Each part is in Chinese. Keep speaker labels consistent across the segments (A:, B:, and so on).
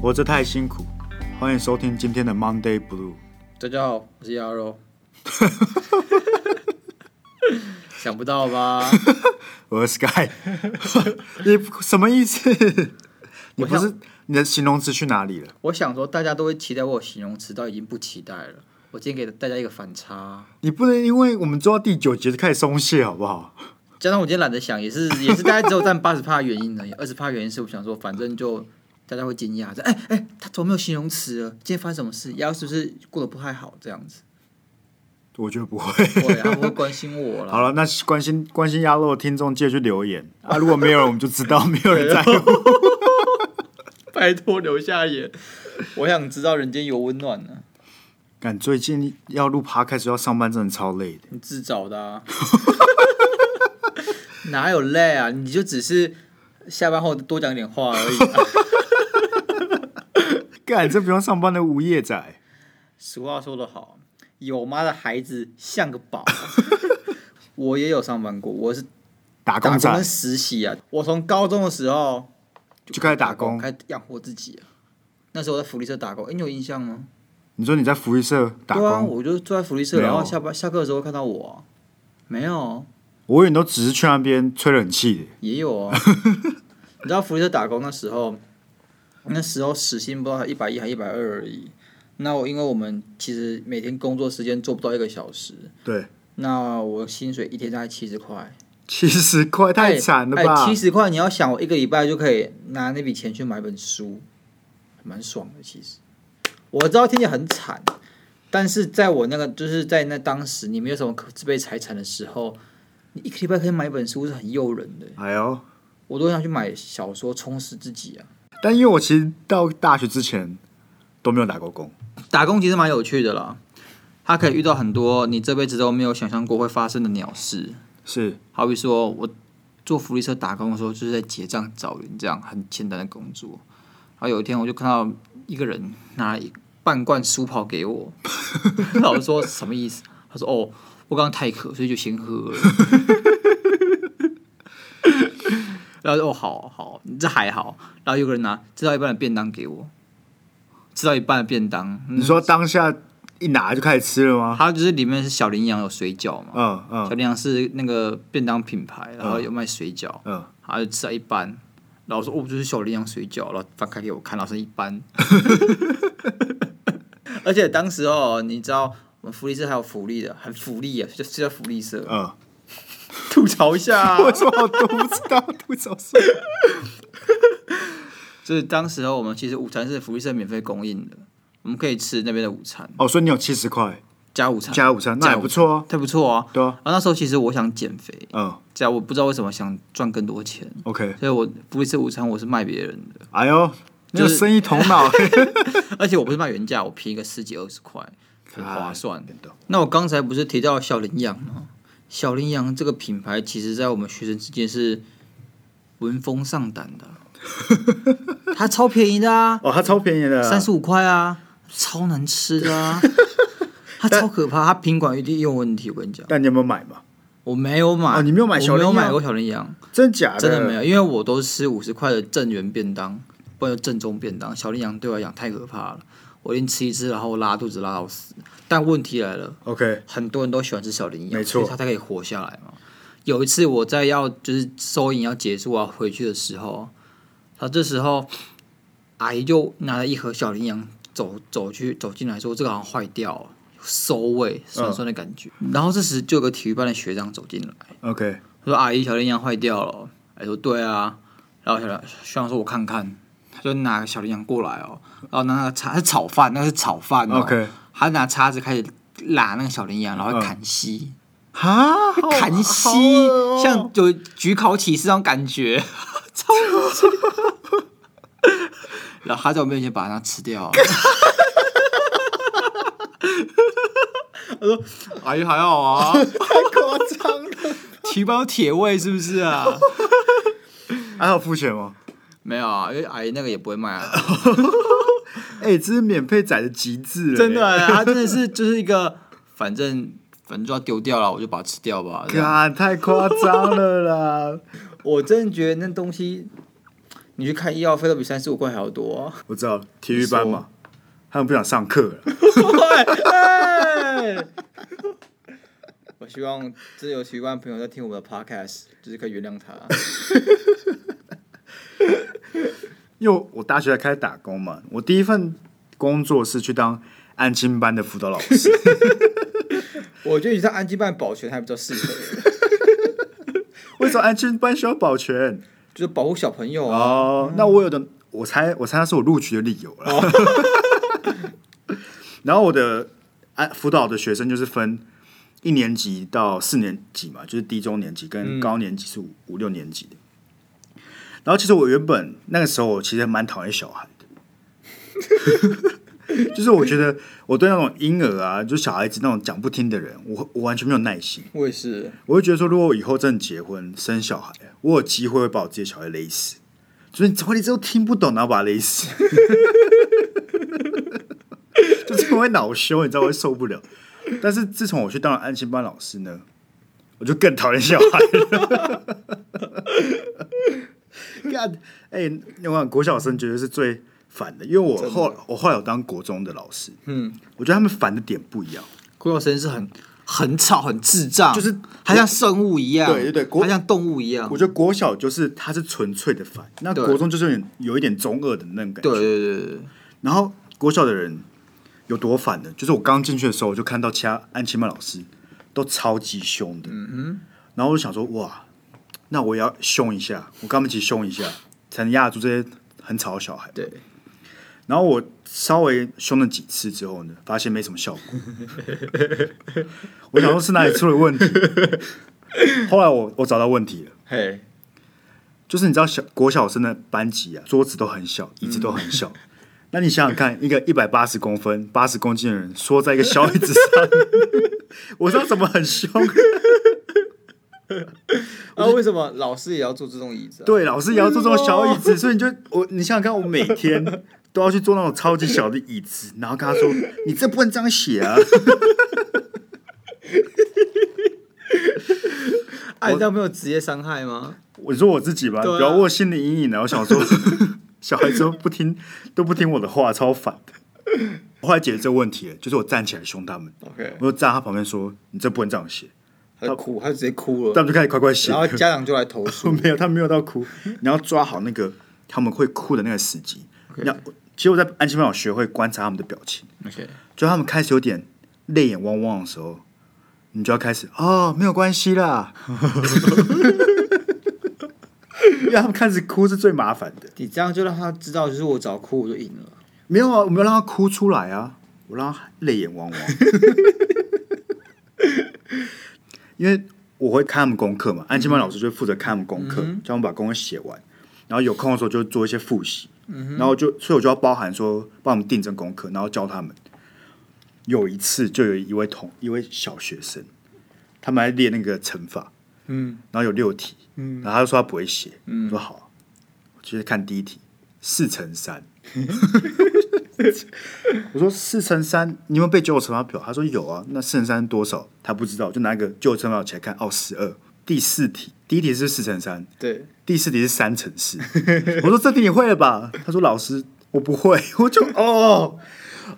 A: 活着太辛苦，欢迎收听今天的 Monday Blue。
B: 大家好，我是鸭肉。想不到吧？
A: 我是 Sky，你什么意思？你不是你的形容词去哪里了？
B: 我想说，大家都会期待我有形容词，到已经不期待了。我今天给大家一个反差，
A: 你不能因为我们做到第九节就开始松懈，好不好？
B: 加上我今天懒得想，也是也是大概只有占八十趴的原因而已。二十趴原因是我想说，反正就大家会惊讶，说哎哎，他怎么没有形容词了？今天发生什么事？鸭是不是过得不太好？这样子，
A: 我觉得不会。
B: 对，他不会关心我了。
A: 好了，那关心关心鸭肉的听众，记得去留言啊！如果没有人，我们就知 道没有人在乎。
B: 拜托留下眼，我想知道人间有温暖呢、
A: 感最近要录趴开始要上班，真的超累的。
B: 你自找的啊， 哪有累啊？你就只是下班后多讲点话而已、 啊。
A: 干，这不用上班的无业仔，
B: 俗话说得好，有妈的孩子像个宝。啊我也有上班过，我是
A: 打
B: 打
A: 工
B: 工跟
A: 仔
B: 实习啊。我从高中的时候
A: 就开始打工。
B: 开始养活自己啊。那时候我在福利社打工，诶你有印象吗？
A: 你说你在福利社打
B: 对啊，
A: 工，
B: 我就坐在福利社，
A: 没有
B: 然后下班下课的时候会看到我啊、没有，
A: 我以为你都只是去那边吹冷气的。
B: 也有 啊。你知道福利社打工那时候，那时候时薪不知道一百一还一百二而已。那我因为我们其实每天工作时间做不到一个小时，
A: 对，
B: 那我薪水一天大概七十块，哎
A: 七十块太惨了吧？
B: 七十块，你要想我一个礼拜就可以拿那笔钱去买本书，蛮爽的。其实我知道听起来很惨，但是在我那个就是在那当时你没有什么可自备财产的时候，你一个礼拜可以买一本书是很诱人的。
A: 哎呦，
B: 我都想去买小说充实自己啊。
A: 但因为我其实到大学之前都没有打过工，
B: 打工其实蛮有趣的啦，他可以遇到很多你这辈子都没有想象过会发生的鸟事。
A: 是
B: 好比说我做福利社打工的时候，就是在结账找人这样很简单的工作。然后有一天我就看到一个人拿了一半罐书跑给我，然后我说什么意思？他说哦，我刚刚太渴，所以就先喝了。然后就哦，好好，这还好。然后有个人拿吃到一半的便当给我，吃到一半的便当，嗯
A: 你说当下一拿就开始吃了吗？
B: 它就是里面是小羚羊有水饺嘛，
A: 嗯
B: 小
A: 嗯，
B: 羚羊是那个便当品牌，然后有卖水饺，
A: 嗯，
B: 他就吃了一半，然后我说哦，就是小羚羊水饺，然后翻开给我看，然后是一 般。而且当时哦，你知道我们福利社还有福利的，很福利啊，就就叫福利社，
A: 嗯，
B: 吐槽一下啊、
A: 我说我都不知道吐槽什么。
B: 就是当时候我们其实午餐是福利社免费供应的，我们可以吃那边的午餐，
A: 哦，所以你有七十块
B: 加午餐，
A: 加午餐，那也不错啊。
B: 太不错啊。
A: 对啊，
B: 然后那时候其实我想减肥，
A: 嗯
B: 这样我不知道为什么想赚更多钱，
A: ，OK。
B: 所以我福利社午餐我是卖别人的。
A: 哎呦，你有
B: 就是
A: 生意头脑，
B: 而且我不是卖原价，我便宜个十几二十块，很划算。那我刚才不是提到小羚羊吗？小羚羊这个品牌，其实在我们学生之间是闻风丧胆 的，它超便宜的啊，
A: 哦，它超便宜的，
B: 三十五块啊，超难吃的啊， 它超可怕，它品管一定有问题。我跟你讲，
A: 但你有没有买嘛？
B: 我没有买，
A: 哦你没有买小
B: 我没
A: 羚
B: 有
A: 羊啊
B: 买过小羚羊，
A: 真假的？
B: 真的没。有，因为我都吃五十块的正源便当，不然就正宗便当。小羚羊对我来讲太可怕了，我已经吃一次，然后拉肚子拉到死。但问题来了，
A: OK，
B: 很多人都喜欢吃小羚羊，
A: 没错
B: 所以它才可以活下来嘛。有一次我在要就是收银要结束啊回去的时候，他这时候阿姨就拿了一盒小羚羊走走去走进来说这个好像坏掉了，馊味酸酸的感觉。
A: 嗯
B: 然后这时就有个体育班的学长走进来。
A: OK，
B: 他说：“阿姨，小羚羊坏掉了。”哎，说：“对啊。”然后小羚学长说：“我看看。”他就拿个小羚羊过来哦，然后拿那个叉，是炒饭，那是炒饭、哦。
A: OK
B: 他拿叉子开始拉那个小羚羊，然后砍息，
A: 哈， 好
B: 砍
A: 好
B: 息，
A: 恶哦
B: 像有举考起司那种感觉， 超恶心。然后他在我面前把它吃 掉。他说：“阿姨还好啊，
A: 太夸张了。
B: 提包铁胃是不是啊？”
A: 还有付钱吗？
B: 没有啊，因为阿姨那个也不会卖啊，
A: 哎，这是免费仔的极致了，
B: 啊 真的、啊，他真的是就是一个，反正反正就要丢掉了，我就把它吃掉吧。这样
A: 欸干太夸张了啦！
B: 我真的觉得那东西，你去看医药费都比三十五块还要多、 啊。
A: 我知道体育班嘛，他们不想上课了。
B: 我希望自由习惯朋友在听我们的 podcast，就是可以原谅他。
A: 因为我大学开始打工嘛，我第一份工作是去当安亲班的辅导老师。
B: 我觉得你在安基办保全还比较适合，
A: 为什么安亲班需要保全？
B: 就是保护小朋友啊。
A: 哦，那我有的，我猜，我猜那是我录取的理由了。 然后我的安辅导的学生就是分一年级到四年级嘛，就是低中年级跟高年级是五、五六年级的。然后其实我原本那个时候我其实蛮讨厌小孩的， 就是我觉得我对那种婴儿啊，就是小孩子那种讲不听的人，我我完全没有耐心。
B: 我也是，
A: 我会觉得说，如果我以后真的结婚生小孩，我有机会会把我自己的小孩勒死，就是你怎么你都听不懂，然后把他勒死， 就是会恼羞，你知道我会受不了。但是自从我去当了安心班老师呢，我就更讨厌小孩了。 干，哎、我想国小生绝对是最烦的，因为我后我后来有当国中的老师，嗯，我觉得他们烦的点不一样。
B: 郭老师是很很吵、很智障，
A: 就是
B: 他像生物一样，
A: 对对对国
B: 他像动物一样
A: 我，觉得国小就是他是纯粹的烦，那
B: 对
A: 国中就是有点有一点中二的那种感觉。
B: 对对对对，
A: 然后国小的人有多烦呢？就是我刚进去的时候，我就看到其他安亲班老师都超级凶的，嗯然后我就想说，哇，那我也要凶一下，我跟他们一起凶一下，才能压得住这些很吵的小孩。
B: 对。
A: 然后我稍微凶了几次之后呢，发现没什么效果。 我想说是哪里出了问 题。后来我我找到问题了，
B: 嘿，
A: 就是你知道小国小生的班级啊，桌子都很小，
B: 嗯
A: 椅子都很小。那你想想看，一个一百八十公分、八十公斤的人缩在一个小椅 子上，我知道怎么很凶。
B: 啊，为什么老师也要坐这种椅子、啊？
A: 对，老师也要坐这种小椅
B: 嗯
A: 子，所以你就我，你想想看，我每天都要去坐那种超级小的椅子，然后跟他说：“你这不能这样写 啊。”
B: 啊，你这样没有职业伤害吗？
A: 我说我自己吧，
B: 对啊
A: 不要我有心理阴影了。啊我想说， 小孩子都不听，都不听我的话，超烦的。我后来解决这个问题了，就是我站起来凶他们，
B: OK，
A: 我就站在他旁边说：“你这不能这样写。
B: 他就哭，他就直接哭”
A: 他
B: 了，
A: 们就开始快快写
B: 然，后家长就来投
A: 我
B: 诉。
A: 没有，他没有到哭，你要抓好那个他们会哭的那个时机。你要，其实我在安心班有学会观察他们的表情，
B: OK，
A: 就他们开始有点泪眼汪汪的时候，你就要开始哦，没有关系啦， 因为他们开始哭是最麻烦的。
B: 你这样就让他知道，就是我只要哭我就赢了。
A: 没有啊，我没有让他哭出来啊，我让他泪眼汪汪。 因为我会看他们功课嘛，安亲班老师就负责看他们功课，叫他们把功课写完，然后有空的时候就做一些复习，然后就所以我就要包含说帮我们订正功课，然后教他们。有一次就有一位同一位小学生，他们还列那个乘法，
B: 嗯，
A: 然后有六题，嗯，然后他就说他不会写，嗯，说好，我直接看第一题，四乘三。我说四乘三，你有没有背九乘法表？他说有啊，那四乘三多少？他不知道，就拿一个九乘法表起来看，哦，十二。第四题，第一题是四乘三，
B: 对，
A: 第四题是三乘四。我说这题你会了吧？他说老师我不会，我就哦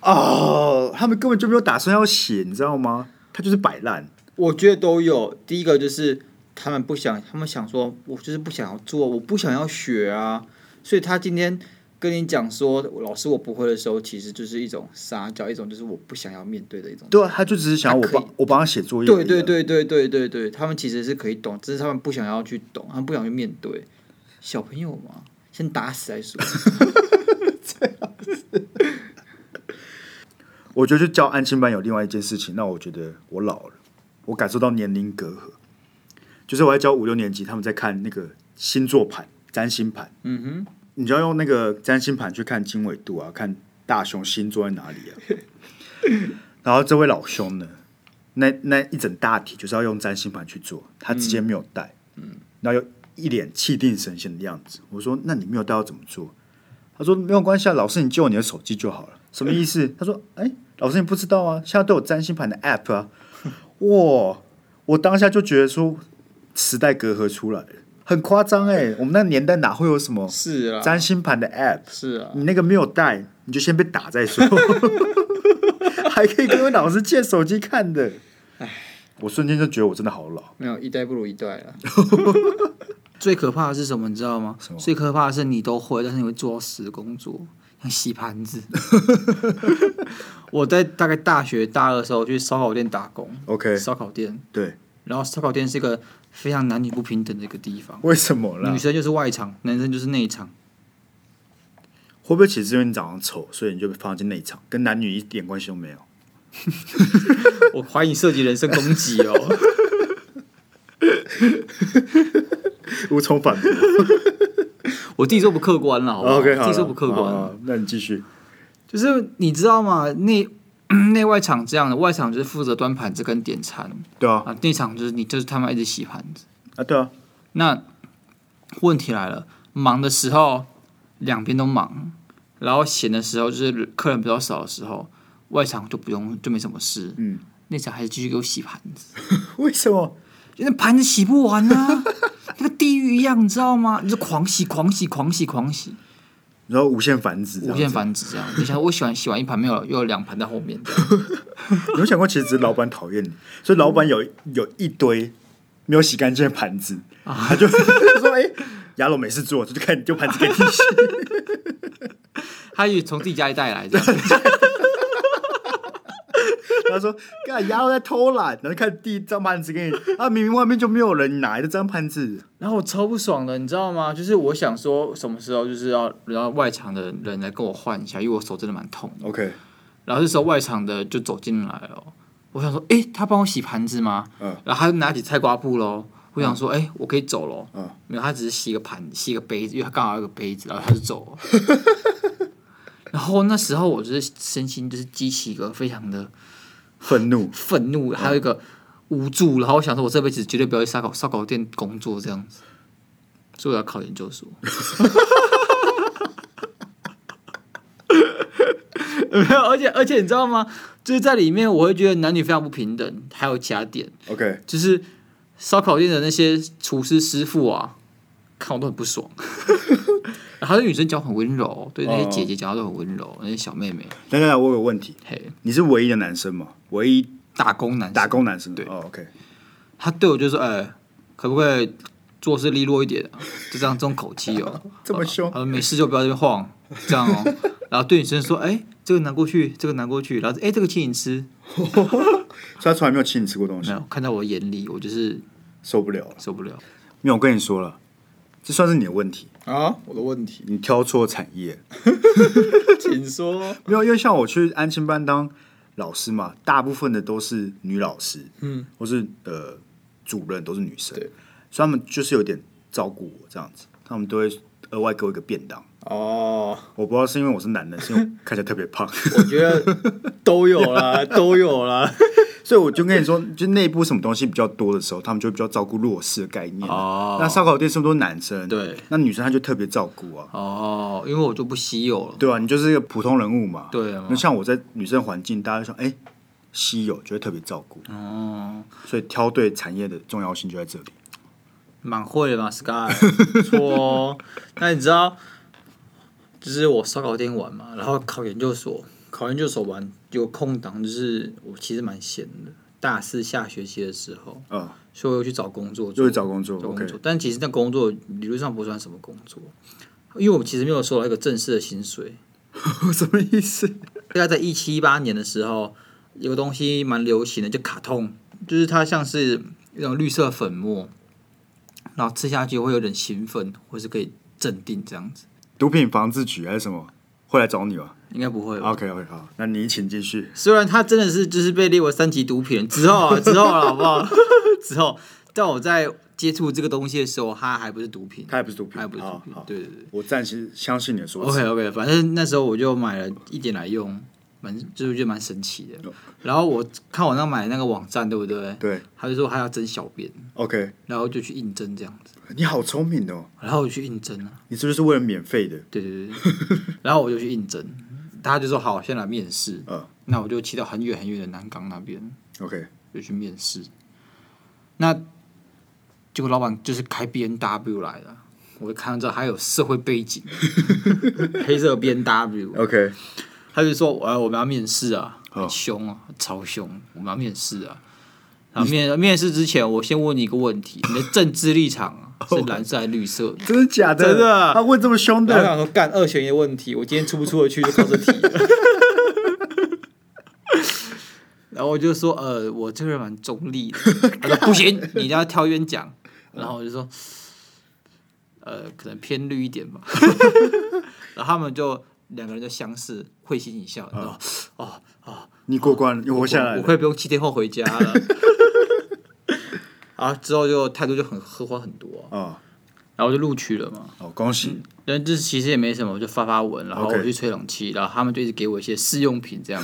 A: 哦，他们根本就没有打算要写，你知道吗？他就是摆烂。
B: 我觉得都有。第一个就是他们不想，他们想说，我就是不想要做，我不想要学啊。所以他今天跟你讲说，老师我不会的时候，其实就是一种撒娇，一种就是我不想要面对的一种。
A: 对啊，他就只是想要我
B: 他可以
A: 帮我帮他写作业。啊
B: 对对。对对对对对，他们其实是可以懂，只是他们不想要去懂，他们不想去面对。小朋友嘛，先打死再说。
A: 我觉得就教安亲班有另外一件事情，让我觉得我老了，我感受到年龄隔阂。就是我在教五六年级，他们在看那个星座盘、占星盘，
B: 嗯哼，
A: 你就要用那个占星盘去看经纬度啊，看大熊星座在哪里啊。 然后这位老兄呢，那那一整大题就是要用占星盘去做，他直接没有带，嗯，然后又一脸气定神闲的样子。我说：“那你没有带要怎么做？”他说：“没有关系啊，老师你借我你的手 机就好了。”什么意思？他说：“哎，老师你不知道啊，现在都有占星盘的 app 啊。”哇！我当下就觉得说时代隔阂出来了，很夸张哎、我们那年代哪会有什么
B: 是啊，
A: 占星盘的 app？
B: 是啊，
A: 你那个没有带，你就先被打再 说，还可以跟老师借手机看的。我瞬间就觉得我真的好老，
B: 没有一代不如一代 了。最可怕的是什么？你知道吗？最可怕的是你都会，但是你会做到死工作，像洗盘 子。我在大概大学大二的时候去烧烤店打工
A: OK
B: 烧烤店，
A: 对，
B: 然后烧烤店是一个非常男女不平等的一个地方，
A: 为什么啦
B: 女？生就是外场，男生就是内场。
A: 会不会其实因为你长得丑，所以你就被放进内场，跟男女一点关系都没有？
B: 我怀疑涉及人身攻击哦。
A: 无从反驳。
B: 我自己说不客观了，好不好
A: OK，好
B: 自
A: 了，
B: 己说不客
A: 好
B: 观。
A: 好好那你继续。
B: 就是你知道吗？内 内外场这样的，外场就是负责端盘子跟点餐
A: 对啊，
B: 啊，内场就是你就是他们一直洗盘子。
A: 啊对啊，
B: 那问题来了，忙的时候两边都忙，然后闲的时候就是客人比较少的时候，外场就不用就没什么事，
A: 嗯，
B: 内场还是继续给我洗盘子，
A: 为什么？
B: 因为盘子洗不完啊， 那个地狱一样，你知道吗？你就狂洗狂洗狂洗狂洗，
A: 然后无限繁殖，
B: 无限。繁殖这样。你想我喜欢洗完一盘没有，又有两盘在后面这样。
A: 有没有想过，其实只是老板讨厌你，所以老板有有一堆没有洗干净的盘子，
B: 啊
A: 他就 他说：“哎、亚龙没事做，就看你丢盘子给你洗。
B: 他也从自己家里带来的，”
A: 他说：“干亚龙在偷懒，然后看第一张盘子给你，啊，明明外面就没有人，你哪来的张盘子
B: 然后我超不爽的，你知道吗？就是我想说，什么时候就是要让外场的人来跟我换一下，因为我手真的蛮痛的。
A: ？”OK，
B: 然后这时候外场的就走进来了，我想说，诶，他帮我洗盘子吗？
A: 嗯，
B: 然后他就拿起菜瓜布喽，我想说，诶，我可以走喽。
A: 嗯，
B: 没有，他只是洗一个盘，洗一个杯子，因为他刚好有个杯子，然后他就走了。然后那时候我就是身心就是激起一个非常的
A: 愤怒。
B: 愤怒，还有一个无助，然后我想说，我这辈子绝对不要去烧烤烧烤店工作这样子，所以我要考研究所。 没有，而且而且你知道吗？就是在里面，我会觉得男女非常不平等，还有其他点，
A: OK，
B: 就是烧烤店的那些厨师师傅啊，看我都很不爽。 然后那女生脚很温柔，对那些姐姐脚都很温柔，那些小妹妹，
A: 等等，我有个问题，
B: 嘿，
A: 你是唯一的男生吗？唯一
B: 打工男生
A: 打工男生？
B: 对
A: 哦，OK，
B: 他对我就说：“哎、可不可以做事利落一点、啊？”就这样，这种口气 哦、
A: 这么凶
B: 他说：“没事就不要在那边晃，这 样哦、然后对女生说：“哎、这个拿过去，这个拿过去。”然后哎、这个请你吃。
A: 所以他从来没有请你吃过东
B: 没
A: 西，
B: 有看到我眼里，我就是
A: 受不了了。
B: 受不了
A: 没有，我跟你说了，这算是你的问题，
B: 啊！我的问题，
A: 你挑错产业。
B: 请说。
A: 没有，因为像我去安亲班当老师嘛，大部分的都是女老师，
B: 嗯，
A: 或是呃主任都是女生，
B: 对
A: 所以他们就是有点照顾我这样子，他们都会额外给我一个便当。
B: 哦，
A: 我不知道是因为我是男的，是因为我看起来特别 胖，
B: 我觉得都有 啦，都有啦。
A: 所以我就跟你说，就内部什么东西比较多的时候，他们就会比较照顾弱势的概念。啊
B: 哦
A: 那烧烤店是不是都是男生？
B: 对，
A: 那女生她就特别照顾啊，
B: 哦，因为我就不稀有了。
A: 对啊，你就是一个普通人物嘛。
B: 对啊
A: 那像我在女生环境，大家就说，哎、稀有就会特别照顾。
B: 哦，
A: 所以挑对产业的重要性就在这里。
B: 蛮会的嘛，Sky，不 错哦。那你知道，就是我烧烤店玩嘛，然后考研究所，考研究所完有空档，就是我其实蛮闲的。大四下学期的时候，
A: 嗯，
B: 所以我又去找工作做，
A: 就会找工作
B: 找工
A: ，OK，
B: 作。但其实那工作理论上不算什么工作，因为我其实没有收到一个正式的薪水。
A: 什么意思？
B: 大概在一七一八年的时候，有个东西蛮流行的，就卡通，就是它像是那种绿色粉末，然后吃下去会有点兴奋，或是可以镇定这样子。
A: 毒品防治局还是什么会来找你吗
B: 应该不会吧？
A: ？OK OK，好，那你请继续。
B: 虽然它真的是就是被列为三级毒品之后啊，之后了，好不好？之后，但我在接触这个东西的时候，它还不是毒品，
A: 它也不是毒品
B: 还不是毒
A: 好
B: 品
A: 哦好。
B: 对对对。
A: 我暂时相信你的说辞。
B: OK OK，反正那时候我就买了一点来用，蛮就是觉得蛮神奇的。然后我看我那买的那个网站，对不对？
A: 对
B: 他就说他要征小编，
A: ，OK，
B: 然后就去应征这样子，
A: 你好聪明哦，
B: 然后我去应征啊，
A: 你是不是为了免费的？
B: 对对对对，然后我就去应征，他就说好，先来面试，
A: 嗯
B: 那我就骑到很远很远的南港那边，
A: ，OK，
B: 就去面试。那结果老板就是开 B N W 来的，我就看到这还有社会背景，黑色 B N W，
A: OK，
B: 他就说：“哎，我们要面试啊，
A: 哦
B: 很凶啊，超凶，我们要面试啊。”然后面面试之前，我先问你一个问 题：你的政治立场啊是蓝色还是绿色的？
A: 真的假的？
B: 真的
A: 他问这么凶
B: 然后我
A: 的，
B: 想说，干二选一的问题，我今天出不出得去就靠这题了。 然后我就说，呃，我这个人蛮中立的。他说不 行，你一定要挑远讲。然后我就说，呃，可能偏绿一点 吧。然后他们就两个人就相视，会心一笑。然后哦哦，
A: 你过关了，你活下来
B: 我
A: 了。
B: 会不用七天后回家 了。啊，之后就态度就很和缓很多，
A: 哦，
B: 然后我就录取了嘛。
A: 哦，恭喜！
B: 但这其实也没什么，我就发发文，然后
A: OK
B: 我去吹冷气然后他们就一直给我一些试用品，这 样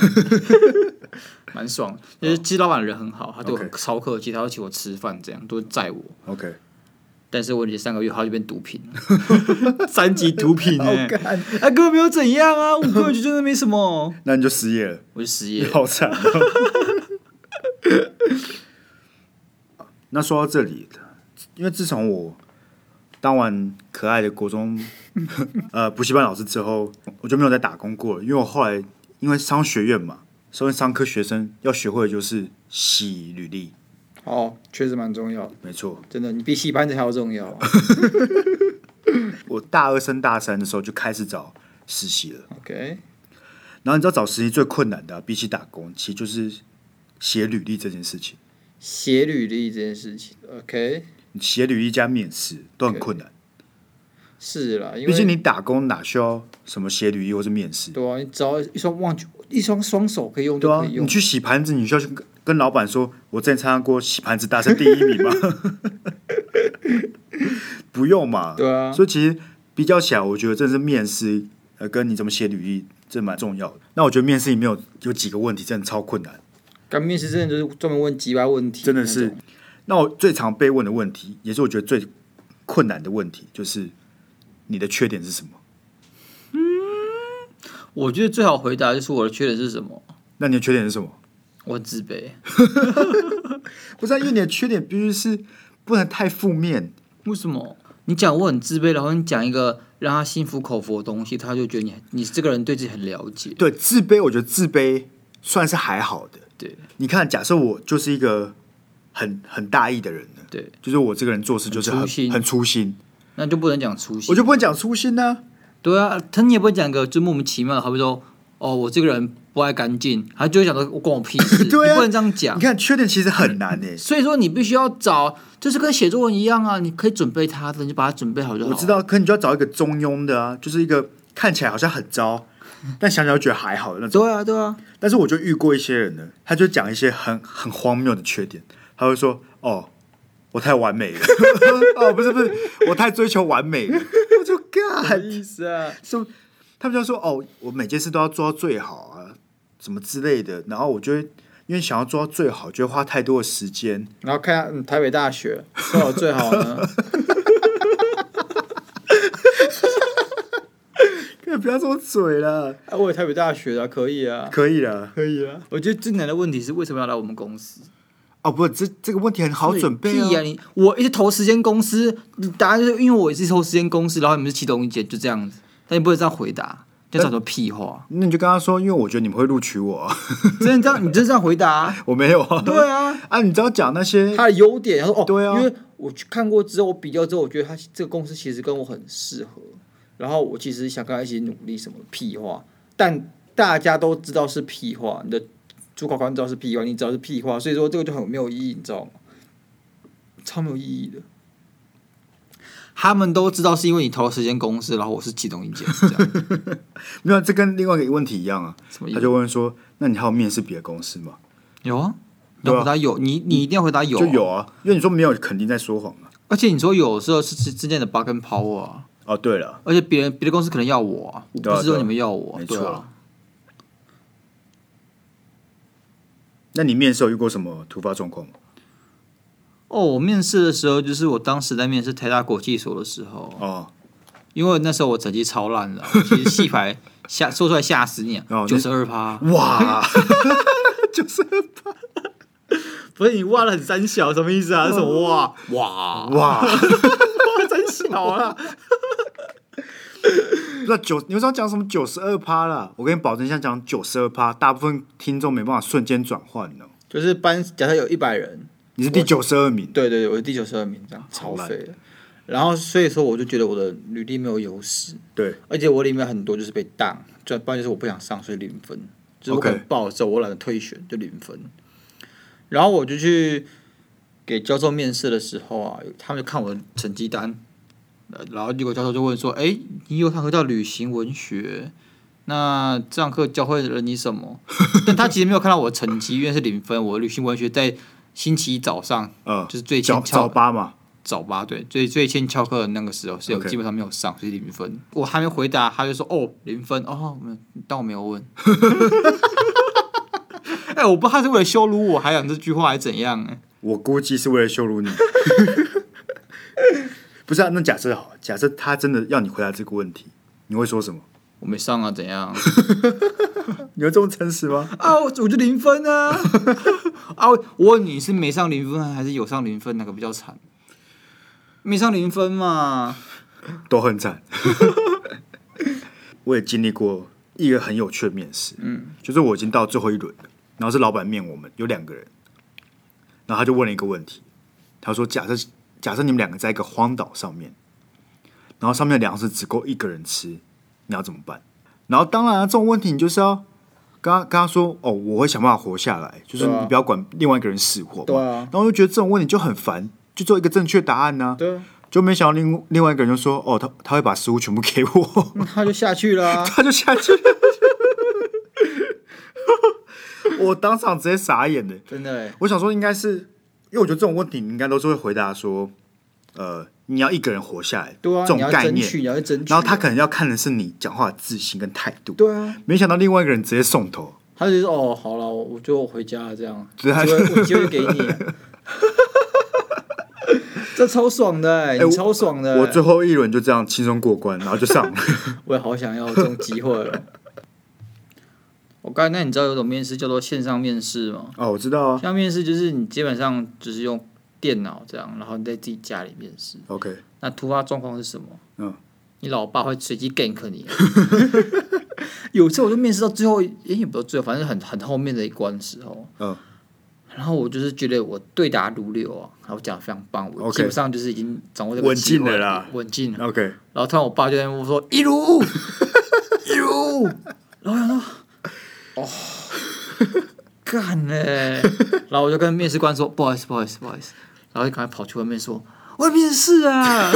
B: 蛮爽。就是其实老板人很好，他对我很
A: OK
B: 超客气，他要请我吃饭，这样都载我。
A: OK，
B: 但是问题是三个月后他就变毒品 了，三级毒品
A: 嗯
B: 哎、欸，
A: 干
B: 啊根本没有怎样啊，我根本就觉得没什么，
A: 那你就失业了，
B: 我就失业了。
A: 好惨哦。 那说到这里，因为自从我当完可爱的国中呃补习班老师之后，我就没有再打工过了，因为我后来因为商学院嘛，身为商科学生要学会的就是洗履历，
B: 哦，确实蛮重要的，
A: 没错。
B: 真的，你比戏班子还要啊重要。
A: 我大二升大三的时候就开始找实习了。
B: OK，
A: 然后你知道找实习最困难的啊、比起打工，其实就是写履历这件事情。
B: 写履历这件事情，OK，
A: 你写履历加面试都很困难，
B: 是啦，因
A: 毕竟你打工哪需要什么写履历或是面试？
B: 对啊，你只要一双望一双双手可以用就
A: 对啊，
B: 可以
A: 你
B: 用。
A: 去洗盘子，你需要去跟跟老板说，我之前参加过洗盘子大赛第一名吗？ 不用嘛。
B: 对啊
A: 所以其实比较起来，我觉得这是面试，呃，跟你怎么写履历，这蛮重要的。那我觉得面试里面有有几个问题真的超困难。
B: 干面试真的就是专门问几百问题，
A: 真的是。那我最常被问的问题，也是我觉得最困难的问题，就是你的缺点是什么？
B: 我觉得最好回答就是我的缺点是什么？
A: 那你的缺点是什么？
B: 我很自卑。
A: 不是、啊，因为你的缺点必须是不能太负面。
B: 为什么？你讲我很自卑，然后你讲一个让他心服口服的东西，他就觉得你你这个人对自己很了解。
A: 对，自卑，我觉得自卑算是还好的。
B: 对
A: 你看，假设我就是一个很很大意的人呢，
B: 对，
A: 就是我这个人做事就是很
B: 很粗心
A: 很粗心，
B: 那就不能讲粗心。
A: 我就不能讲粗心呢、
B: 对啊，他你也不会讲一个就莫名其妙的，好比说哦，我这个人不爱干净，他就会想说我关我屁 事，
A: 对啊
B: 你不能这样讲
A: 你。看，缺点其实很难欸诶、
B: 所以说你必须要找，就是跟写作文一样啊，你可以准备它的，你就把它准备好就好。
A: 我知，道，可你就要找一个中庸的啊，就是一个看起来好像很糟，但想想又觉得还好的那种。
B: 对啊，对啊，
A: 但是我就遇过一些人呢，他就讲一些很很荒谬的缺点，他会说：“哦，我太完美了， 哦，不是不是，我太追求完美了。” 我就干，
B: 意思啊？
A: 就他们就说：“哦，我每件事都要做到最好啊，什么之类的。”然后我就会因为想要做到最好，就会花太多的时间。
B: 然后看下、嗯、台北大学，最好最好 呢？
A: 可以不要这么嘴了，
B: 啊，我也台北大学的、啊，可以啊，
A: 可以了。
B: 可以啊。我觉得最难的问题是为什么要来我们公司？
A: 哦，不，这这个问题很好准备
B: 屁啊！
A: 啊。
B: 你我一直投时间公司，答案就是因为我也是投时间公司，然后你们是其中一节，就这样子。但你不能这样回答，这样讲说屁话。
A: 那你就跟他说，因为我觉得你们会录取我啊，
B: 真的这样，你真的这样回答、 啊？
A: 我没有啊。
B: 对啊。
A: 啊，你只要讲那些
B: 他的优点，然后哦，
A: 对啊
B: 因为我去看过之后，我比较之后，我觉得他这个公司其实跟我很适合，然后我其实想跟他一起努力，什么屁话，但大家都知道是屁话，你的主考官知道是屁话，你知道是屁话，所以说这个就很没有意义，你知道吗？超没有意义的。他们都知道是因为你投了时间公司，然后我是其中一件，是这样
A: 没有，这跟另外一个问题一样啊。
B: 什么意
A: 他
B: 思？
A: 就问说：“那你还有面试别的公司吗
B: 有啊，你
A: 对啊
B: 要回答有，你你一定要回答？”有，
A: 就，有啊，因为你说没有，肯定在说谎嘛。
B: 而且你说有的时候是是之间的 bug 跟 power 啊。
A: 哦，对了，
B: 而且别人别的公司可能要我啊、我
A: 对啊
B: 不是说
A: 对啊
B: 你们要我啊、
A: 没
B: 对
A: 错
B: 啊。
A: 那你面试有遇过什么突发状况吗？
B: 哦，我面试的时候，就是我当时在面试台大国际所的时候，
A: 哦，
B: 因为那时候我成绩超烂的，我其实戏牌吓说出来吓死你
A: 哦
B: 啊，九十二趴，
A: 哇，就是
C: 不是你哇了很三小什么意思啊？什么哇
B: 哇，
A: 哇，
C: 哇三小啊？
A: 那九，你们知道讲什么九十二趴啦？我跟你保证，像讲九十二趴，大部分听众没办法瞬间转换的。
B: 就是班假设有一百人，
A: 你是第九十二名，
B: 对对对，我是第九十二名，这样超
A: 好烂
B: 废的。然后所以说，我就觉得我的履历没有优势，
A: 对，
B: 而且我里面很多就是被当，就不然就是我不想上，所以零分。就是我
A: OK
B: 可能报的时候，我懒得退选，就零分。然后我就去给教授面试的时候啊，他们就看我的成绩单，呃然后结果教授就问说：“哎，你有堂课叫旅行文学，那这堂课教会了你什么？” 但他其实没有看到我的成绩，因为是零分。我旅行文学在星期一早上
A: 呃，
B: 就是最
A: 早
B: 欠
A: 早
B: 翘
A: 八嘛，
B: 嗯早八对，最最先翘课的那个时候是有
A: OK
B: 基本上没有上，所以零分。我还没回答，他就说哦零分哦，没有但我没有问。 哎、我不知道他是为了羞辱我还讲这句话，还是怎样、哎
A: 我估计是为了羞辱你。 不是啊，那假设好，假设他真的要你回答这个问题，你会说什么？
B: 我没上啊，怎样？
A: 你会这么诚实吗？
B: 啊，我我就零分啊！ 啊，我问你是没上零分还是有上零分，哪个比较惨？没上零分嘛，
A: 都很惨。 我也经历过一个很有趣的面试，嗯，就是我已经到最后一轮了，然后是老板面我们，有两个人，然后他就问了一个问题，他说假设假设你们两个在一个荒岛上面，然后上面的粮食只够一个人吃，你要怎么办？然后当然、啊、这种问题你就是要跟他跟他说哦，我会想办法活下来，就是
B: 对
A: 你
B: 啊
A: 不要管另外一个人死活嘛。
B: 对啊
A: 然后我就觉得这种问题就很烦，就做一个正确答案呢、啊
B: 对，啊
A: 就没想到另另外一个人就说：“哦，他他会把食物全部给 我，
B: 他就下去啊啦、
A: 他就下去。”我当场直接傻眼的。
B: 真的、哎
A: 我想说，应该是因为我觉得这种问题，你应该都是会回答说：“呃，你要一个人活下来。”
B: 对啊，
A: 这
B: 你
A: 种
B: 要
A: 概
B: 争
A: 念。
B: 取，你要去争取。
A: 然后他可能要看的是你讲话的自信跟态度。
B: 对啊，
A: 没想到另外一个人直接送头，
B: 他就说：“哦，好了，我就我回家了，这样，
A: 对他
B: 机会我机会给 你。”这超爽的、欸，
A: 我
B: 你超爽的、
A: 我最后一轮就这样轻松过关，然后就上 了。
B: 我也好想要这种机会哦。 我刚才那你知道有种面试叫做线上面试吗？
A: 哦，我知道啊。
B: 线上面试就是你基本上就是用电脑这样，然后你在自己家里面试。
A: OK，
B: 那突发状况是什么？
A: 嗯，
B: 你老爸会随机 gank 你。啊 有一次我就面试到最后，诶也不是最后，反正很很后面的一关的时候，
A: 嗯，
B: 然后我就是觉得我对答如流啊，然后讲的非常棒，我
A: OK
B: 基本上就是已经掌握这
A: 稳
B: 个机
A: 进
B: 会
A: 了啦
B: 稳进了。
A: OK，
B: 然后突然我爸就在那边说一 如一如，然后我想说哦，干嘞、 然后我就跟面试官说不好意思不好意思不好意思，然后就赶快跑去外面说我要面试啊，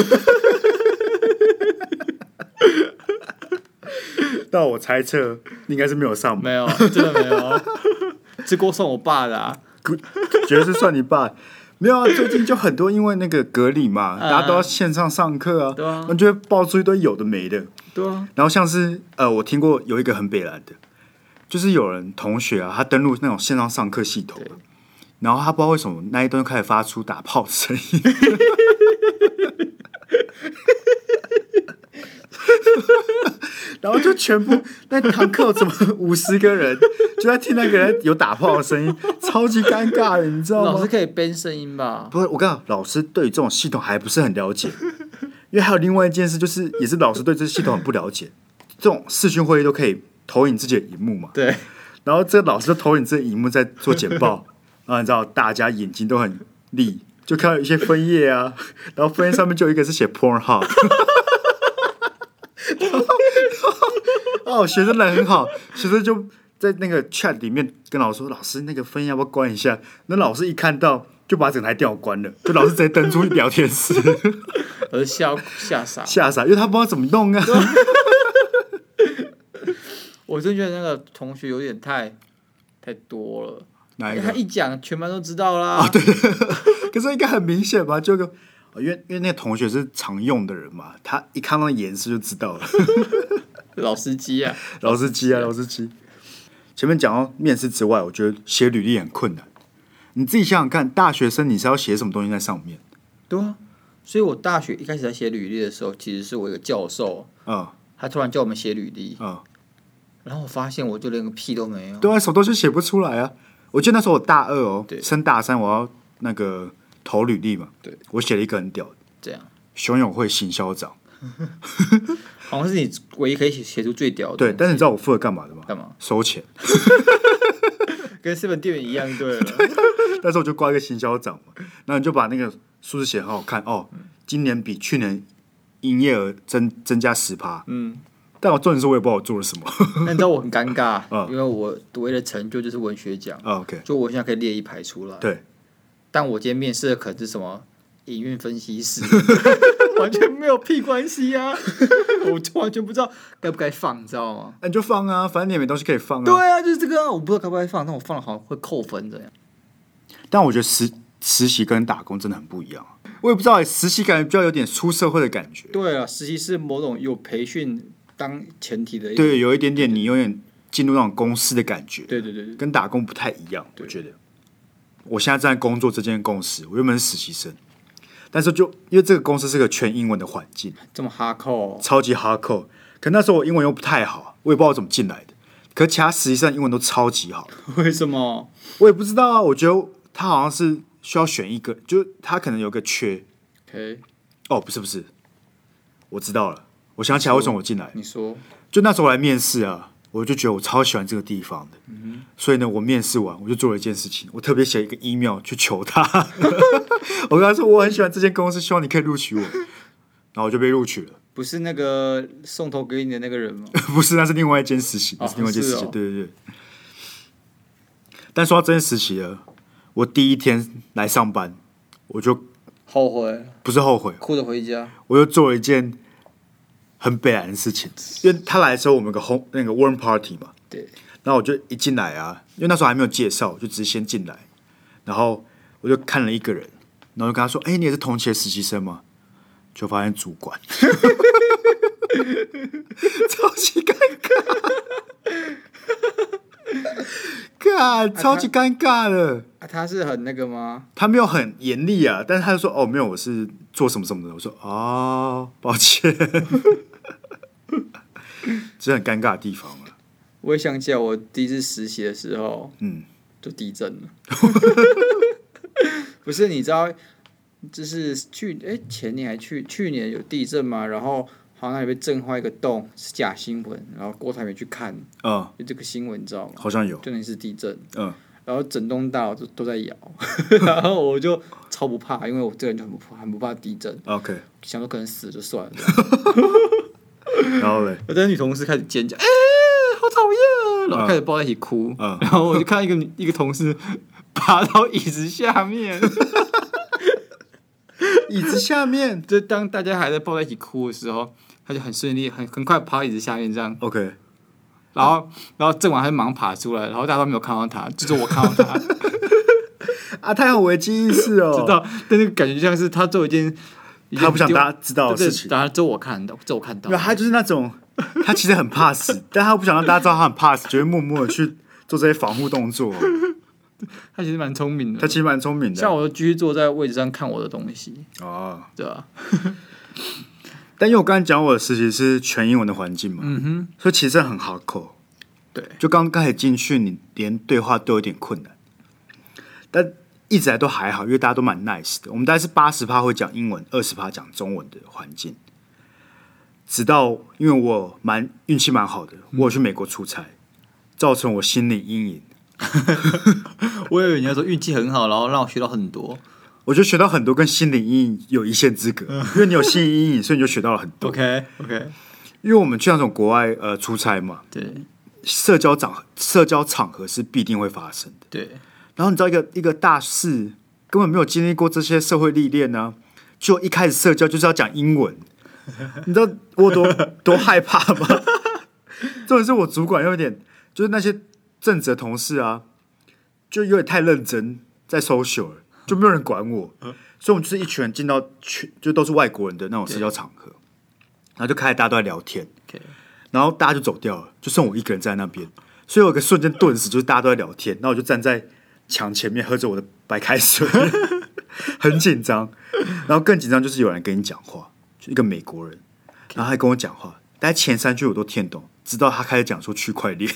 A: 但我猜测你应该是没有上吧，
B: 没有啊真的没有， 这锅算我爸的、啊，
A: 觉得是算你爸。没有啊，最近就很多因为那个隔离嘛，大家都要线上上课啊，
B: 嗯对啊
A: 那就会爆出一堆有的没的。
B: 对啊，
A: 然后像是呃，我听过有一个很北蓝的，就是有人同学啊，他登录那种线上上课系统啊，然后他不知道为什么那一端就开始发出打炮的声音，然后就全部那堂课怎么五十个人就在听那个人有打炮的声音，超级尴尬的，你知道
B: 老师
A: 吗？
B: 可以编声音吧？
A: 不是，我告诉你，老师对于这种系统还不是很了解，因为还有另外一件事，就是也是老师对这系统很不了解。这种视讯会议都可以投影自己的荧幕嘛，
B: 对，
A: 然后这个老师就投影这个荧幕在做简报，然后你知道大家眼睛都很利，就看到有一些分页啊， 然后分页上面就有一个是写 porn hub，哦，学生人很好，学生就在那个 chat 里面跟老师说，老师那个分页要不要关一下？那老师一看到就把整台电脑关了，就老师直接登出聊天室，
B: 我就吓吓傻，
A: 吓傻，因为他不知道怎么弄啊。
B: 我真觉得那个同学有点太太多了，哦
A: 哪一
B: 他
A: 个？
B: 一讲全班都知道啦，
A: 可是应该很明显吧？就个，哦因为因为那个同学是常用的人嘛，他一看到颜色就知道了。
B: 老司机啊。
A: 老司机啊，老司机。前面讲到面试之外，我觉得写履历很困难。你自己想想看，大学生你是要写什么东西在上面？
B: 对啊，所以我大学一开始在写履历的时候，其实是我一个教授，
A: 嗯
B: 他突然叫我们写履历，
A: 嗯，
B: 然后我发现我就连个屁都没有。
A: 对啊，什么东西写不出来啊。我记得那时候我大二哦
B: 对，
A: 升大三我要那个投履历嘛，
B: 对，
A: 我写了一个很屌的
B: 这样
A: 熊永会行销长，
B: 好像是你唯一可以写写出最屌的。
A: 对，但是你知道我负责干嘛的吗？
B: 干嘛？
A: 收钱，
B: 跟四本店员一样， 对了，
A: 但是我就挂一个行销长嘛，然后你就把那个数字写很好看哦，
B: 嗯
A: 今年比去年营业额增增加十趴，
B: 嗯，
A: 但我重点是我也不知道我做了什么
B: 那你知道我很尴尬，
A: 嗯
B: 因为我唯一的成就就是文学奖，
A: 啊，OK，
B: 就我现在可以列一排出来。
A: 对，
B: 但我今天面试的可能是什么营运分 析师，完全没有屁关系啊！我就完全不知道该不该放，你知道吗？
A: 那你就放啊，反正你也没东西可以放啊，
B: 对啊，就是这个啊，我不知道该不该放，但我放了好像会扣分这样。
A: 但我觉得实实习跟打工真的很不一样。我也不知道欸、实习感觉比较有点出社会的感觉，
B: 对啊，实习是某种有培训当前提的一个，
A: 对，有一点点你有点进入那种公司的感觉，
B: 对对对对，
A: 跟打工不太一样，我觉得。我现在在工作这间公司，我原本是实习生，但是就因为这个公司是个全英文的环境，
B: 这么哈扣，
A: 超级 hardcore。可那时候我英文又不太好，我也不知道我怎么进来的。可其他实习生英文都超级好，
B: 为什么？
A: 我也不知道啊。我觉得他好像是需要选一个，就是他可能有个缺。
B: OK，
A: 哦，不是不是，我知道了，我想起来为什么我进来了。
B: 你说
A: 就那时候我来面试啊，我就觉得我超喜欢这个地方的，所以呢，我面试完我就做了一件事情，我特别写一个 email 去求他， 我跟他说我很喜欢这间公司，希望你可以录取我，然后我就被录取了。
B: 不是那个送头给你的那个人吗？
A: 不是，那是另外一件事情，那
B: 哦
A: 是另外一件事
B: 是
A: 情，
B: 哦
A: 对对对。但说到这件事情了，啊我第一天来上班，我就
B: 后悔，
A: 不是后悔，
B: 哭着回家。
A: 我又做了一件很北然的事情，因为他来的时候我们有个 home 那个 warm party 嘛，
B: 对，
A: 然后我就一进来啊，因为那时候还没有介绍，我就直接先进来，然后我就看了一个人，然后就跟他说：“哎、你也是同期的实习生吗？”就发现主管， 超级尴尬，God，超级尴尬的。
B: 啊，他是很那个吗？
A: 他没有很严厉啊，但是他就说：“哦，没有，我是做什么什么的。”我说：“哦，抱歉。” 这是很尴尬的地方啊。
B: 我也想起来，我第一次实习的时候
A: 嗯，
B: 就地震了。 不是，你知道，就是去哎、前年还去去年有地震嘛，然后好像也被震坏一个洞，是假新闻，然后郭台铭去看，
A: 嗯，
B: 就这个新闻你知道吗？
A: 好像有，
B: 就那次地震，
A: 嗯，
B: 然后整栋大楼都都在摇， 然后我就超不怕，因为我这个人就很不怕，很不怕地震，
A: OK。
B: 想说可能死了就算了。
A: 然后嘞，
B: 我的女同事开始尖叫，哎、好讨厌啊！然后开始抱在一起哭，
A: 嗯
B: 然后我就看到一个女一个同事爬到椅子下 面。
A: 椅子下面
B: 就当大家还在抱在一起哭的时候，她就很顺利，很很快爬到椅子下面这样，
A: OK，
B: 然后然后郑婉还忙爬出来，然后大家都没有看到她，就是我看到她， 知
A: 啊，他很危机意识哦，
B: 道，但是感觉就像是她做一 件
A: 他不想大家知道的事情，
B: 当然只有我看到，只有我看到
A: 因为，他就是那种，他其实很怕死， 但他不想让大家知道他很怕死，就会默默的去做这些防护动作哦。
B: 她其实蛮聪明
A: 他
B: 的。
A: 其实蛮聪明
B: 像
A: 的
B: 我就继续坐在位置上看我的东西，
A: 哦。
B: 对吧、
A: 但因为我刚才讲我的实习是全英文的环境嘛，
B: 嗯哼，
A: 所以其实很好口。
B: 对，
A: 就刚开始进去，你连对话都有点困难，但一直来都还好，因为大家都蛮 nice 的。我们大概是八十趴会讲英文，二十趴讲中文的环境。直到因为我蛮运气蛮好的，
B: 嗯
A: 我有去美国出差，造成我心理阴影。
B: 我以为你要说运气很好，然后让我学到很多。
A: 我就学到很多跟心理阴影有一线之隔，
B: 嗯
A: 因为你有心理阴影，所以你就学到了很多。
B: OK OK，
A: 因为我们去那种国外呃出差嘛，
B: 对
A: 社交场社交场合是必定会发生的。
B: 对，
A: 然后你知道一个一个大四根本没有经历过这些社会历练呢、就一开始社交就是要讲英文，你知道我有多多害怕吗？重点是我主管有点，就是那些正职的同事啊，就有点太认真在 social 了，就没有人管我，所以我们就是一群人进到去，就都是外国人的那种社交场合，然后就开始大家都在聊天
B: OK
A: 然后大家就走掉了，就剩我一个人在那边，所以我有个瞬间顿时就是大家都在聊天，那我就站在墙前面喝着我的白开水，很紧张，然后更紧张就是有人跟你讲话，就一个美国人，然后他跟我讲话， 大概前三句我都听得懂，直到他开始讲说区块链，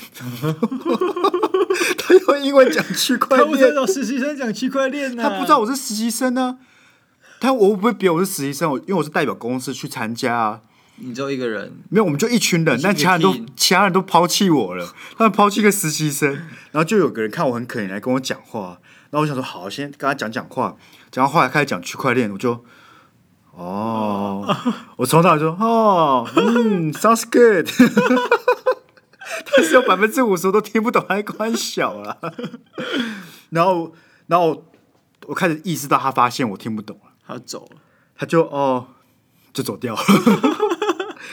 A: 他用英文讲区块
C: 他不知
A: 链，
C: 道实习生讲区块链
B: 啊
C: 呢，
A: 他不知道我是实习生呢、他我不会别我是实习生，我因为我是代表公司去参加啊。
B: 你只有一个人，
A: 没有，我们就一群人，但其他人都
B: 一群屁
A: 其他人都抛弃我了，他们抛弃一个实习生，然后就有个人看我很可怜来跟我讲话，然后我想说好，先跟他讲讲话，讲到后来开始讲区块链，我就哦，我从头到尾就哦，嗯，sounds good，但是有百分之五十我都听不懂，还关小了，然后然后我开始意识到他发现我听不懂了。
B: 他走了。
A: 他就哦，就走掉了。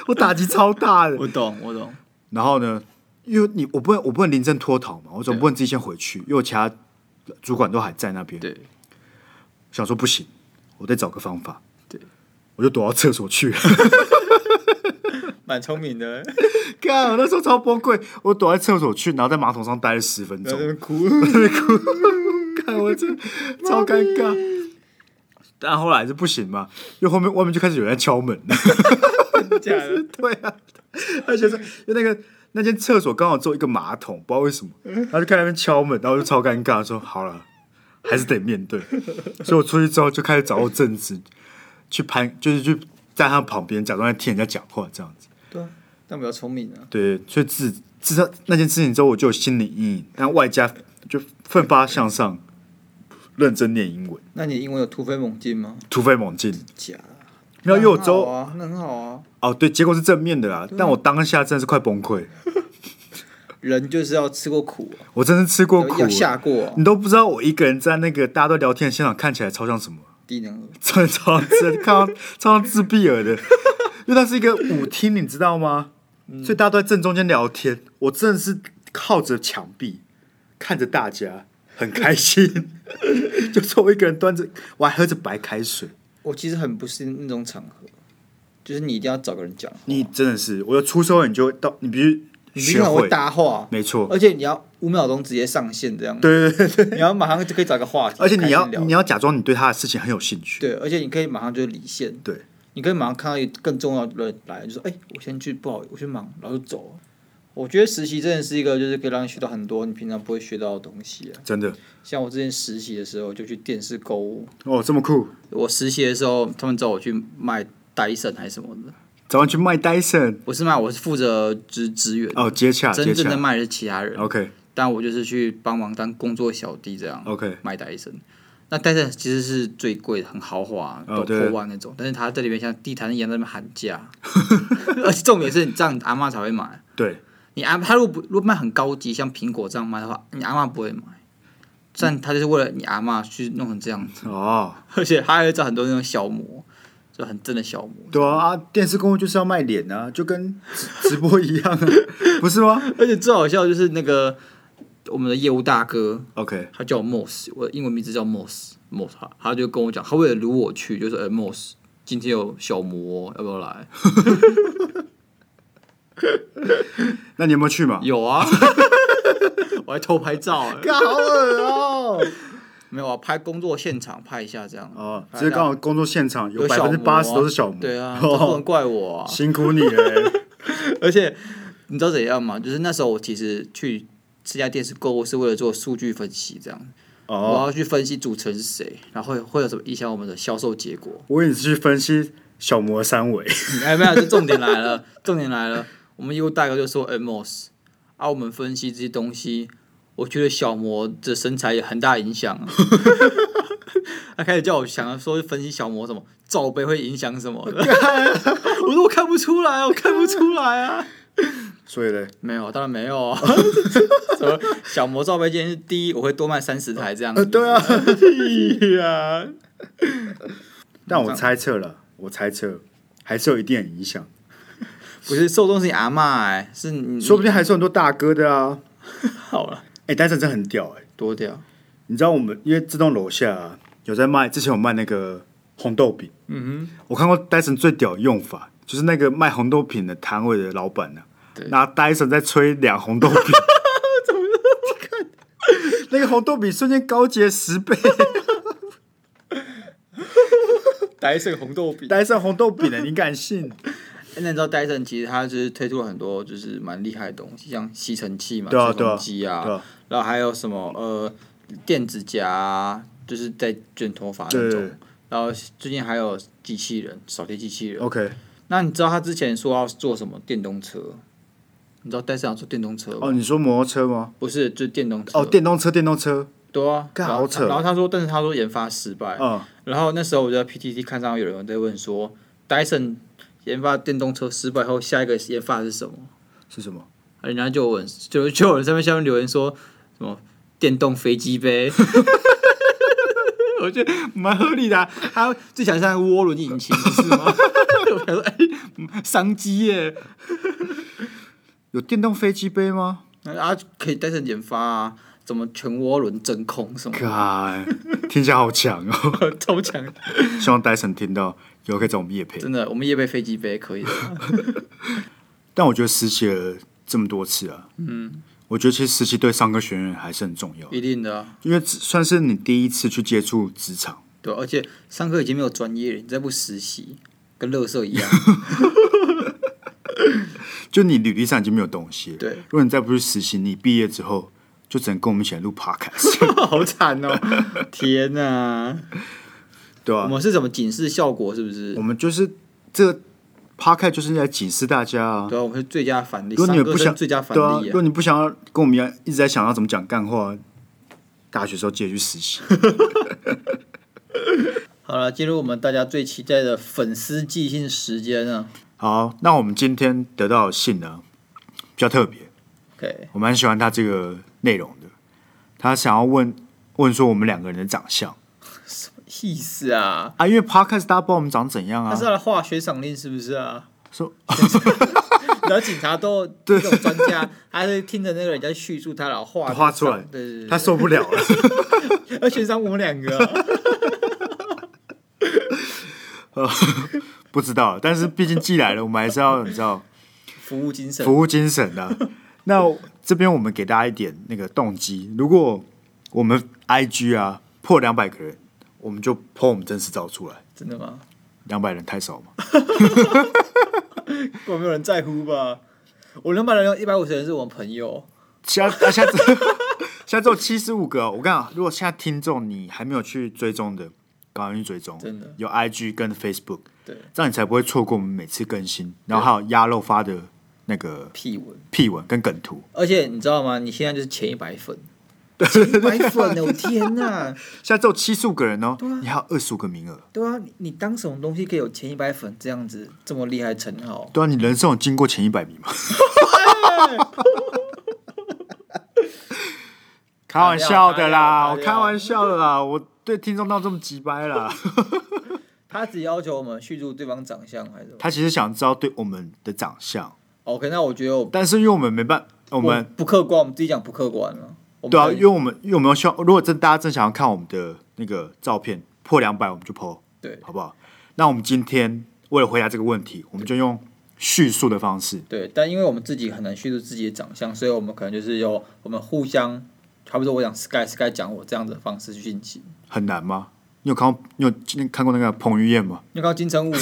A: 我打击超大的。
B: 我懂，我懂，
A: 然后呢，因为你我不能我不能临阵脱逃嘛，我总不能自己先回去，因为我其他主管都还在那边。
B: 对，
A: 想说不行，我得找个方法。
B: 对，
A: 我就躲到厕所去了。
B: 蛮聪明的，
A: 看我那时候超崩溃，我躲在厕所去，然后在马桶上待了十分钟。
B: 哭。
A: 看我这超尴尬。但后来是不行嘛，因为后面外面就开始有人在敲门。
B: 假 的，
A: 对啊，而且是因为那个那间厕所刚好做一个马桶，不知道为什么，然后就看那边敲门，然后我就超尴尬，说好了，还是得面对。所以我出去之后就开始找我正职，去攀，就是去在他旁边假装在听人家讲话这样子。
B: 对啊，但比较聪明啊。
A: 对，所以自自从那件事情之后，我就有心理阴影，但外加就奋发向上，认真念英文，
B: 那你英文有突飞猛进吗？
A: 突飞猛进。
B: 假的，
A: 没有，因为我之
B: 周
A: 后
B: 啊，那很好啊。
A: 哦，对，结果是正面的啦，但我当下真的是快崩溃，
B: 人就是要吃过苦啊，
A: 我真是吃过苦
B: 要
A: 了。
B: 下过啊
A: 你都不知道我一个人在那个大家都聊天的现场看起来超像什么，
B: 低能儿。
A: 超超真看到超像自闭儿的，因为它是一个舞厅，你知道吗？所以大家都在正中间聊天，我真的是靠着墙壁看着大家，很开心。 就是我一个人端着，我还喝着白开水。
B: 我其实很不是那种场合，就是你一定要找个人讲话，
A: 你真的是，我出社会你就会到，你必须
B: 你必须
A: 学
B: 很会
A: 会，
B: 搭话，
A: 没错，
B: 而且你要五秒钟直接上线这样，
A: 对对对对，
B: 你要马上就可以找个话题，
A: 而且你要
B: 开始聊
A: 你要假装你对他的事情很有兴趣，
B: 对，而且你可以马上就离线，
A: 对，
B: 你可以马上看到一个更重要的人来，就说：“哎、我先去，不好，我去忙，然后就走了。”我觉得实习真的是一个，就是可以让你学到很多你平常不会学到的东西啊。
A: 真的
B: 像我之前实习的时候，就去电视购物。
A: 哦，这么酷，
B: 我实习的时候，他们找我去卖戴森还是什么的，
A: 早上去卖 Dyson
B: 不是卖，我是负责支支援，
A: 哦，接洽接
B: 真正的
A: 洽
B: 卖的是其他人，
A: ，OK。
B: 但我就是去帮忙当工作小弟这样。
A: OK，
B: 卖戴森。那戴森其实是最贵的，很豪华，
A: 哦
B: 都
A: 对
B: 破万那种。但是他在里面像地毯一样在那边喊价， 而且重点是你这样阿妈才会买。
A: 对，
B: 你阿他如果不如果卖很高级，像苹果这样卖的话，你阿妈不会买。但他就是为了你阿妈去弄成这样子，
A: 哦，
B: 而且他还会找很多那种小模，就很正的小模。
A: 对啊，啊电视购物就是要卖脸啊，就跟直直播一样啊， 不是吗
B: 而且最好笑的就是那个我们的业务大哥，
A: ？OK，
B: 他叫我 Moss，我的英文名字叫 Moss，Moss，他他就跟我讲，他为了掳我去，就说：“哎、m o s s 今天有小魔，要不 要来
A: 那你有没有去嘛？”？
B: 有啊， 我还偷拍照、哎
A: 干好恶哦！
B: 没有啊，拍工作现场拍一下这样。
A: 哦，
B: 拍
A: 这刚
B: 到
A: 好工作现场有
B: 哎有
A: 百
B: 小
A: 分之
B: 魔啊
A: 八十都是小模，
B: 对啊，这不能
A: 哦，
B: 怪我、啊。
A: 辛苦你了。
B: 而且你知道怎样吗？就是那时候我其实去这家店是购物是为了做数据分析，这样、我
A: 哦，
B: 要去分析主持人是谁，然后会会有什么影响我们的销售结果。
A: 我以为你是去分析小模三 维，
B: 哎，没有，这重点来了，重点来了。我们业务大哥就说 m o s 啊，我们分析这些东西，我觉得小魔的身材有很大影响、啊。他开始叫我想要说分析小魔什么罩杯会影响什么的，我说我看不出来，我看不出来啊。
A: 所以嘞，
B: 没有，当然没有啊。 什么小魔罩杯今天是第一，我会多卖三十台这样子。
A: 呃，对啊，
B: 对啊，
A: 但我猜测了，我猜测还是有一定的影响，
B: 不是受众是你阿嬷，哎，是你
A: 说不定还是有很多大哥的啊。
B: 好了，
A: 哎，但是真的很屌哎，
B: 多掉。
A: 你知道我们因为这栋楼下啊有在卖，之前有卖那个红豆饼。
B: 嗯
A: 我看过戴森最屌的用法，就是那个卖红豆饼的摊位的老板呢、啊
B: 对
A: 拿戴森在吹两红豆饼， 怎么看那个红豆饼瞬间高级了十 倍，
B: 哼，打一个红豆饼。
A: 欸戴森红豆饼的，你敢信？
B: 那你知道戴森其实它就是推出了很多就是蛮厉害的东西，像吸尘器嘛、
A: 对啊
B: 吹风机啊，
A: 对啊
B: 然后还有什么呃电指甲、啊，就是在卷头发那
A: 对
B: 种。然后最近还有机器人，扫地机器人。
A: ，OK，
B: 那你知道他之前说要做什么电动车？你知道戴森要做电动车吗？
A: 哦，你说摩托车吗？
B: 不是，就是电动车。
A: 哦，电动车，电动车，
B: 对啊，
A: 干
B: 然后
A: 好
B: 他
A: 扯哦
B: 然后他说，但是他说研发失败。
A: 嗯，
B: 然后那时候我就在 PTT 看上有人在问说，戴森研发电动车失败后，下一个研发是什么？
A: 是什么？
B: 人家就问，就就有人在面下面留言说什么电动飞机呗， 我觉得蛮合理的、啊。他最强像涡轮引擎不是吗？ 我想说，哎、商机耶，
A: 有电动飞机杯吗？
B: 啊，可以带着研发啊，怎么全涡轮真空什么
A: 看，听起来好强哦！
B: 的， 超强，
A: 希望戴森听到以后可以找我们夜配。
B: 真的，我们也被飞机杯可以的。
A: 但我觉得实习了这么多次啊，嗯，我觉得其实实习对商科学院还是很重要，
B: 一定的啊、
A: 因为只算是你第一次去接触职场。
B: 对，啊而且上课已经没有专业了，你再不实习，跟垃圾一样。
A: 就你履历上已经没有东西了。
B: 对
A: 如果你再不去实习，你毕业之后就只能跟我们一起来录 podcast，
B: 好惨哦！ 天哪、
A: 对吧、
B: 我们是什么警示效果？是不是
A: 我？们就是这个 podcast 就是来警示大家啊。
B: 对啊，我们是最佳反例，
A: 如果你
B: 上
A: 也
B: 课
A: 不想
B: 生最佳反
A: 对啊，
B: 例、
A: 如果你不想要跟我们一样一直在想要怎么讲干话，大学时候记得去实习。
B: 好了，进入我们大家最期待的粉丝寄信时间啊。
A: 好，那我们今天得到的信呢，比较特别，
B: OK，
A: 我蛮喜欢他这个内容的。他想要问问说我们两个人的长相
B: 意思啊，
A: 啊，因为 podcast 大家不知道我们长怎样
B: 他
A: 啊
B: 是，要来化学赏令是不 是啊？
A: 说
B: 然后警察都有这种专家，他是听着那个人家叙述他老画
A: 画出来
B: 对对对
A: 他受不了了。
B: 对，要悬赏我们两个啊、
A: 不知道，但是毕竟寄来了，我们还是要你知道
B: 服务精神。
A: 服务精神的、那这边我们给大家一点那个动机，如果我们 IG 啊破两百个人，我们就 po 我们真实照出来。
B: 真的吗？
A: 两百人太少嘛？
B: 根本没有人在乎吧？我两百人有一百五十人是我朋友，
A: 现在、啊、现在只 现在只有七十五个哦、我跟你讲，如果现在听众你还没有去追踪的，赶快去追踪，
B: 真的
A: 有 IG 跟 Facebook，
B: 对，
A: 这样你才不会错过我们每次更新。然后还有鸭肉发的那个
B: 屁文。
A: 屁文跟梗图，
B: 而且你知道吗？你现在就是前一百粉，前一百粉呢！我天哪，
A: 现在只有七十五个人哦、
B: 啊
A: 你还有二十五个名额。
B: 对啊，你你当什么东西可以有前一百粉这样子这么厉害的称号？
A: 对啊，你人生有经过前一百 名吗？开玩笑的啦，
B: 打
A: 我
B: 掉打掉
A: 开玩笑的啦，我对听众闹这么急掰啦。
B: 他只要求我们叙述对方长相还是什么
A: 他其实想知道对我们的长相，
B: ？OK，那我觉得我
A: 但是因为我们没办，我
B: 我
A: 们
B: 不客观，我们自己讲不客观了。我
A: 哦
B: 们
A: 对啊，
B: 可以
A: 因为我们因为我们要希望，如果真大家真想要看我们的那个照片破两百，我们就破，
B: 对
A: 好不好？那我们今天为了回答这个问题，我们就用叙述的方式，
B: 对，但因为我们自己很难叙述自己的长相，所以我们可能就是有我们互相，差不多我讲 Sky Sky 讲我这样子的方式去进行。
A: 很难吗？你有看过你有今天看过那个彭于晏吗？
B: 你有看到金城武吗？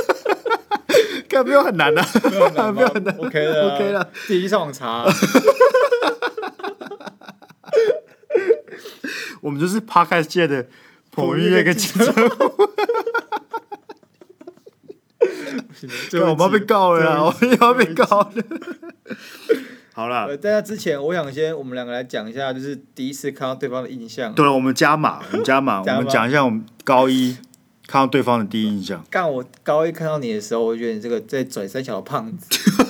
A: 干没有很难的、啊
B: 没有很难吗，OK 的啊
A: OK 的，
B: 自己去上网查。
A: 我们就是 podcast 界的彭于晏跟金城武，干我们要被告了啦，我们要被告了。 好啦，
B: 呃，在那之前，我想先我们两个来讲一下，就是第一次看到对方的印象。
A: 对了，我们加码，我们 加码，
B: 加码
A: 我们讲一下我们高一看到对方的第一印象。
B: 干，我高一看到你的时候，我觉得你这个在拽三小的胖子，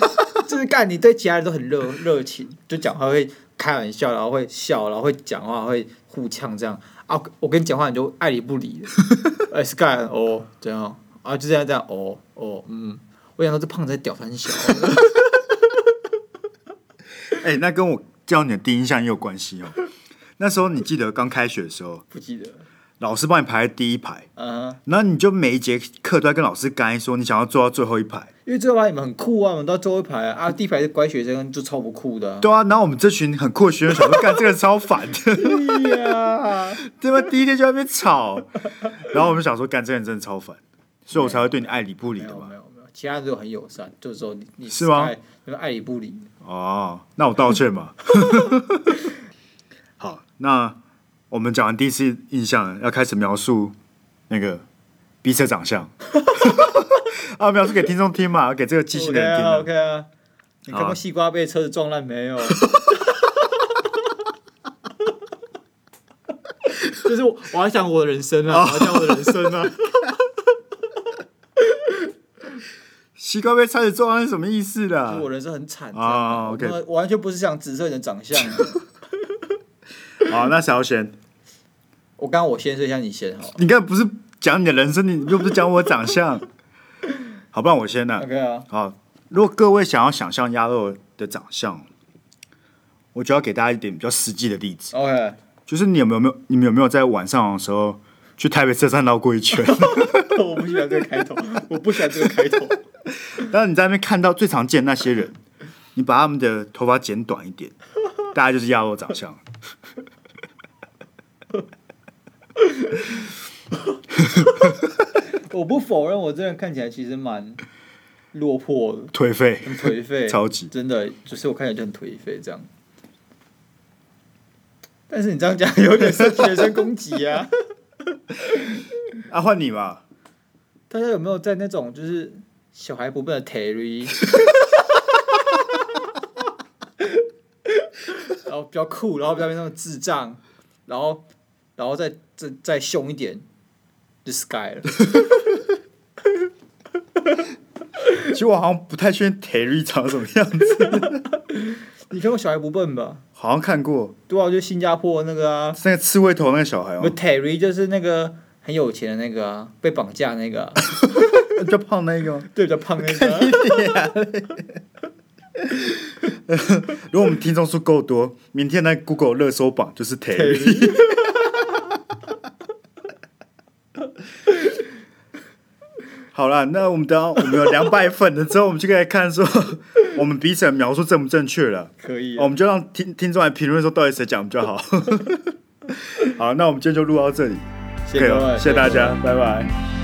B: 就是干你对其他人都很热热情，就讲话会开玩笑，然后会笑，然后会讲话，会互呛这样啊。我跟你讲话你就爱理不理的， 哎，Sky 哦，这样啊，就这样这样哦哦嗯，我想说这胖子在屌三小，
A: 哎、那跟我叫你的第一印象也有关系哦。那时候你记得刚开学的时候，
B: 不记得。
A: 老师帮你排在第一排，
B: 嗯哼，
A: 然后你就每一节课都在跟老师干说你想要坐到最后一排。
B: 因为最后排你们很酷啊，我们到最后一排啊，啊第一排的乖学生就超不酷的、 啊。
A: 对啊，然后我们这群很酷的学生想说干这个超烦的，
B: 对呀，
A: 对吧？第一天就在那边吵，然后我们想说干这个人真的超烦，所以我才会对你爱理不理
B: 没
A: 的
B: 有
A: 嘛
B: 没。有没有，其他人都很友善，就是说你你
A: 是吗
B: 爱？就是爱理不理。
A: 哦，那我道歉嘛。好，那我们讲完第一次印象，要开始描述那个彼此的长相。啊，描述给听众听嘛，给这个记性的人听
B: OK 啊
A: 啊。
B: ，OK 啊。你看
A: 好
B: 过西瓜被车子撞烂 没有？
D: 就是我我还讲我的人生
A: 哦
D: 啊，我还讲我的人生啊，
A: 西瓜被差点撞，那是什么意思 啦？
B: 我人生很惨
A: 啊 OK
B: 这样我完全不是想指涉你的长 相啊。
A: 好，那小贤，
B: 我刚刚我先说一下，你先好了。
A: 你刚才不是讲你的人生，你又不是讲我长相，好，不然我先呢、
B: OK 啊，
A: 好，如果各位想要想象鸭肉的长相，我就要给大家一点比较实际的例子，
B: OK，
A: 就是你有没有没有你们有没有在晚上的时候去台北车站绕过一圈？
B: 我不喜欢这个 开头，我不喜欢这个开头。
A: 然后你在那边看到最常见的那些人，你把他们的头发剪短一点，大概就是亚洲长相。
B: 我不否认，我这人看起来其实蛮落魄的，
A: 颓废，
B: 很颓 废，
A: 超级
B: 真的，就是我看起来就很颓废这样。但是你这样讲有点是学生攻击啊！
A: 啊，换你嘛，
B: 大家有没有在那种就是小孩不笨的 Terry，然后比较酷，然后比较那种智障，然后然后再再再凶一点，就 Sky 了。
A: 其实我好像不太确定 Terry 长什么样子，
B: 你看过小孩不笨吧？
A: 好像看过
B: 对啊，就新加坡那个啊，
A: 是那个刺猬头那个小孩
B: 不
A: 哦，
B: Terry 就是那个很有钱的那个啊，被绑架那个啊、
A: 比较胖那个哦。
B: 对，比较胖那个啊、
A: 如果我们听众数够多，明天那 Google 热搜榜就是
B: 그
A: Terry。
B: Terry。
A: 好了，那我们等到我们有两百粉了之后，我们就可以来看说我们彼此的描述正不正确了。
B: 可以啊
A: 我们就让听听众来评论说到底谁讲比较好。 好，那我们今天就录到这里，
B: 谢谢
A: 可
B: 各
A: 以哦
B: 位，
A: 了谢谢大家，拜拜。
B: 拜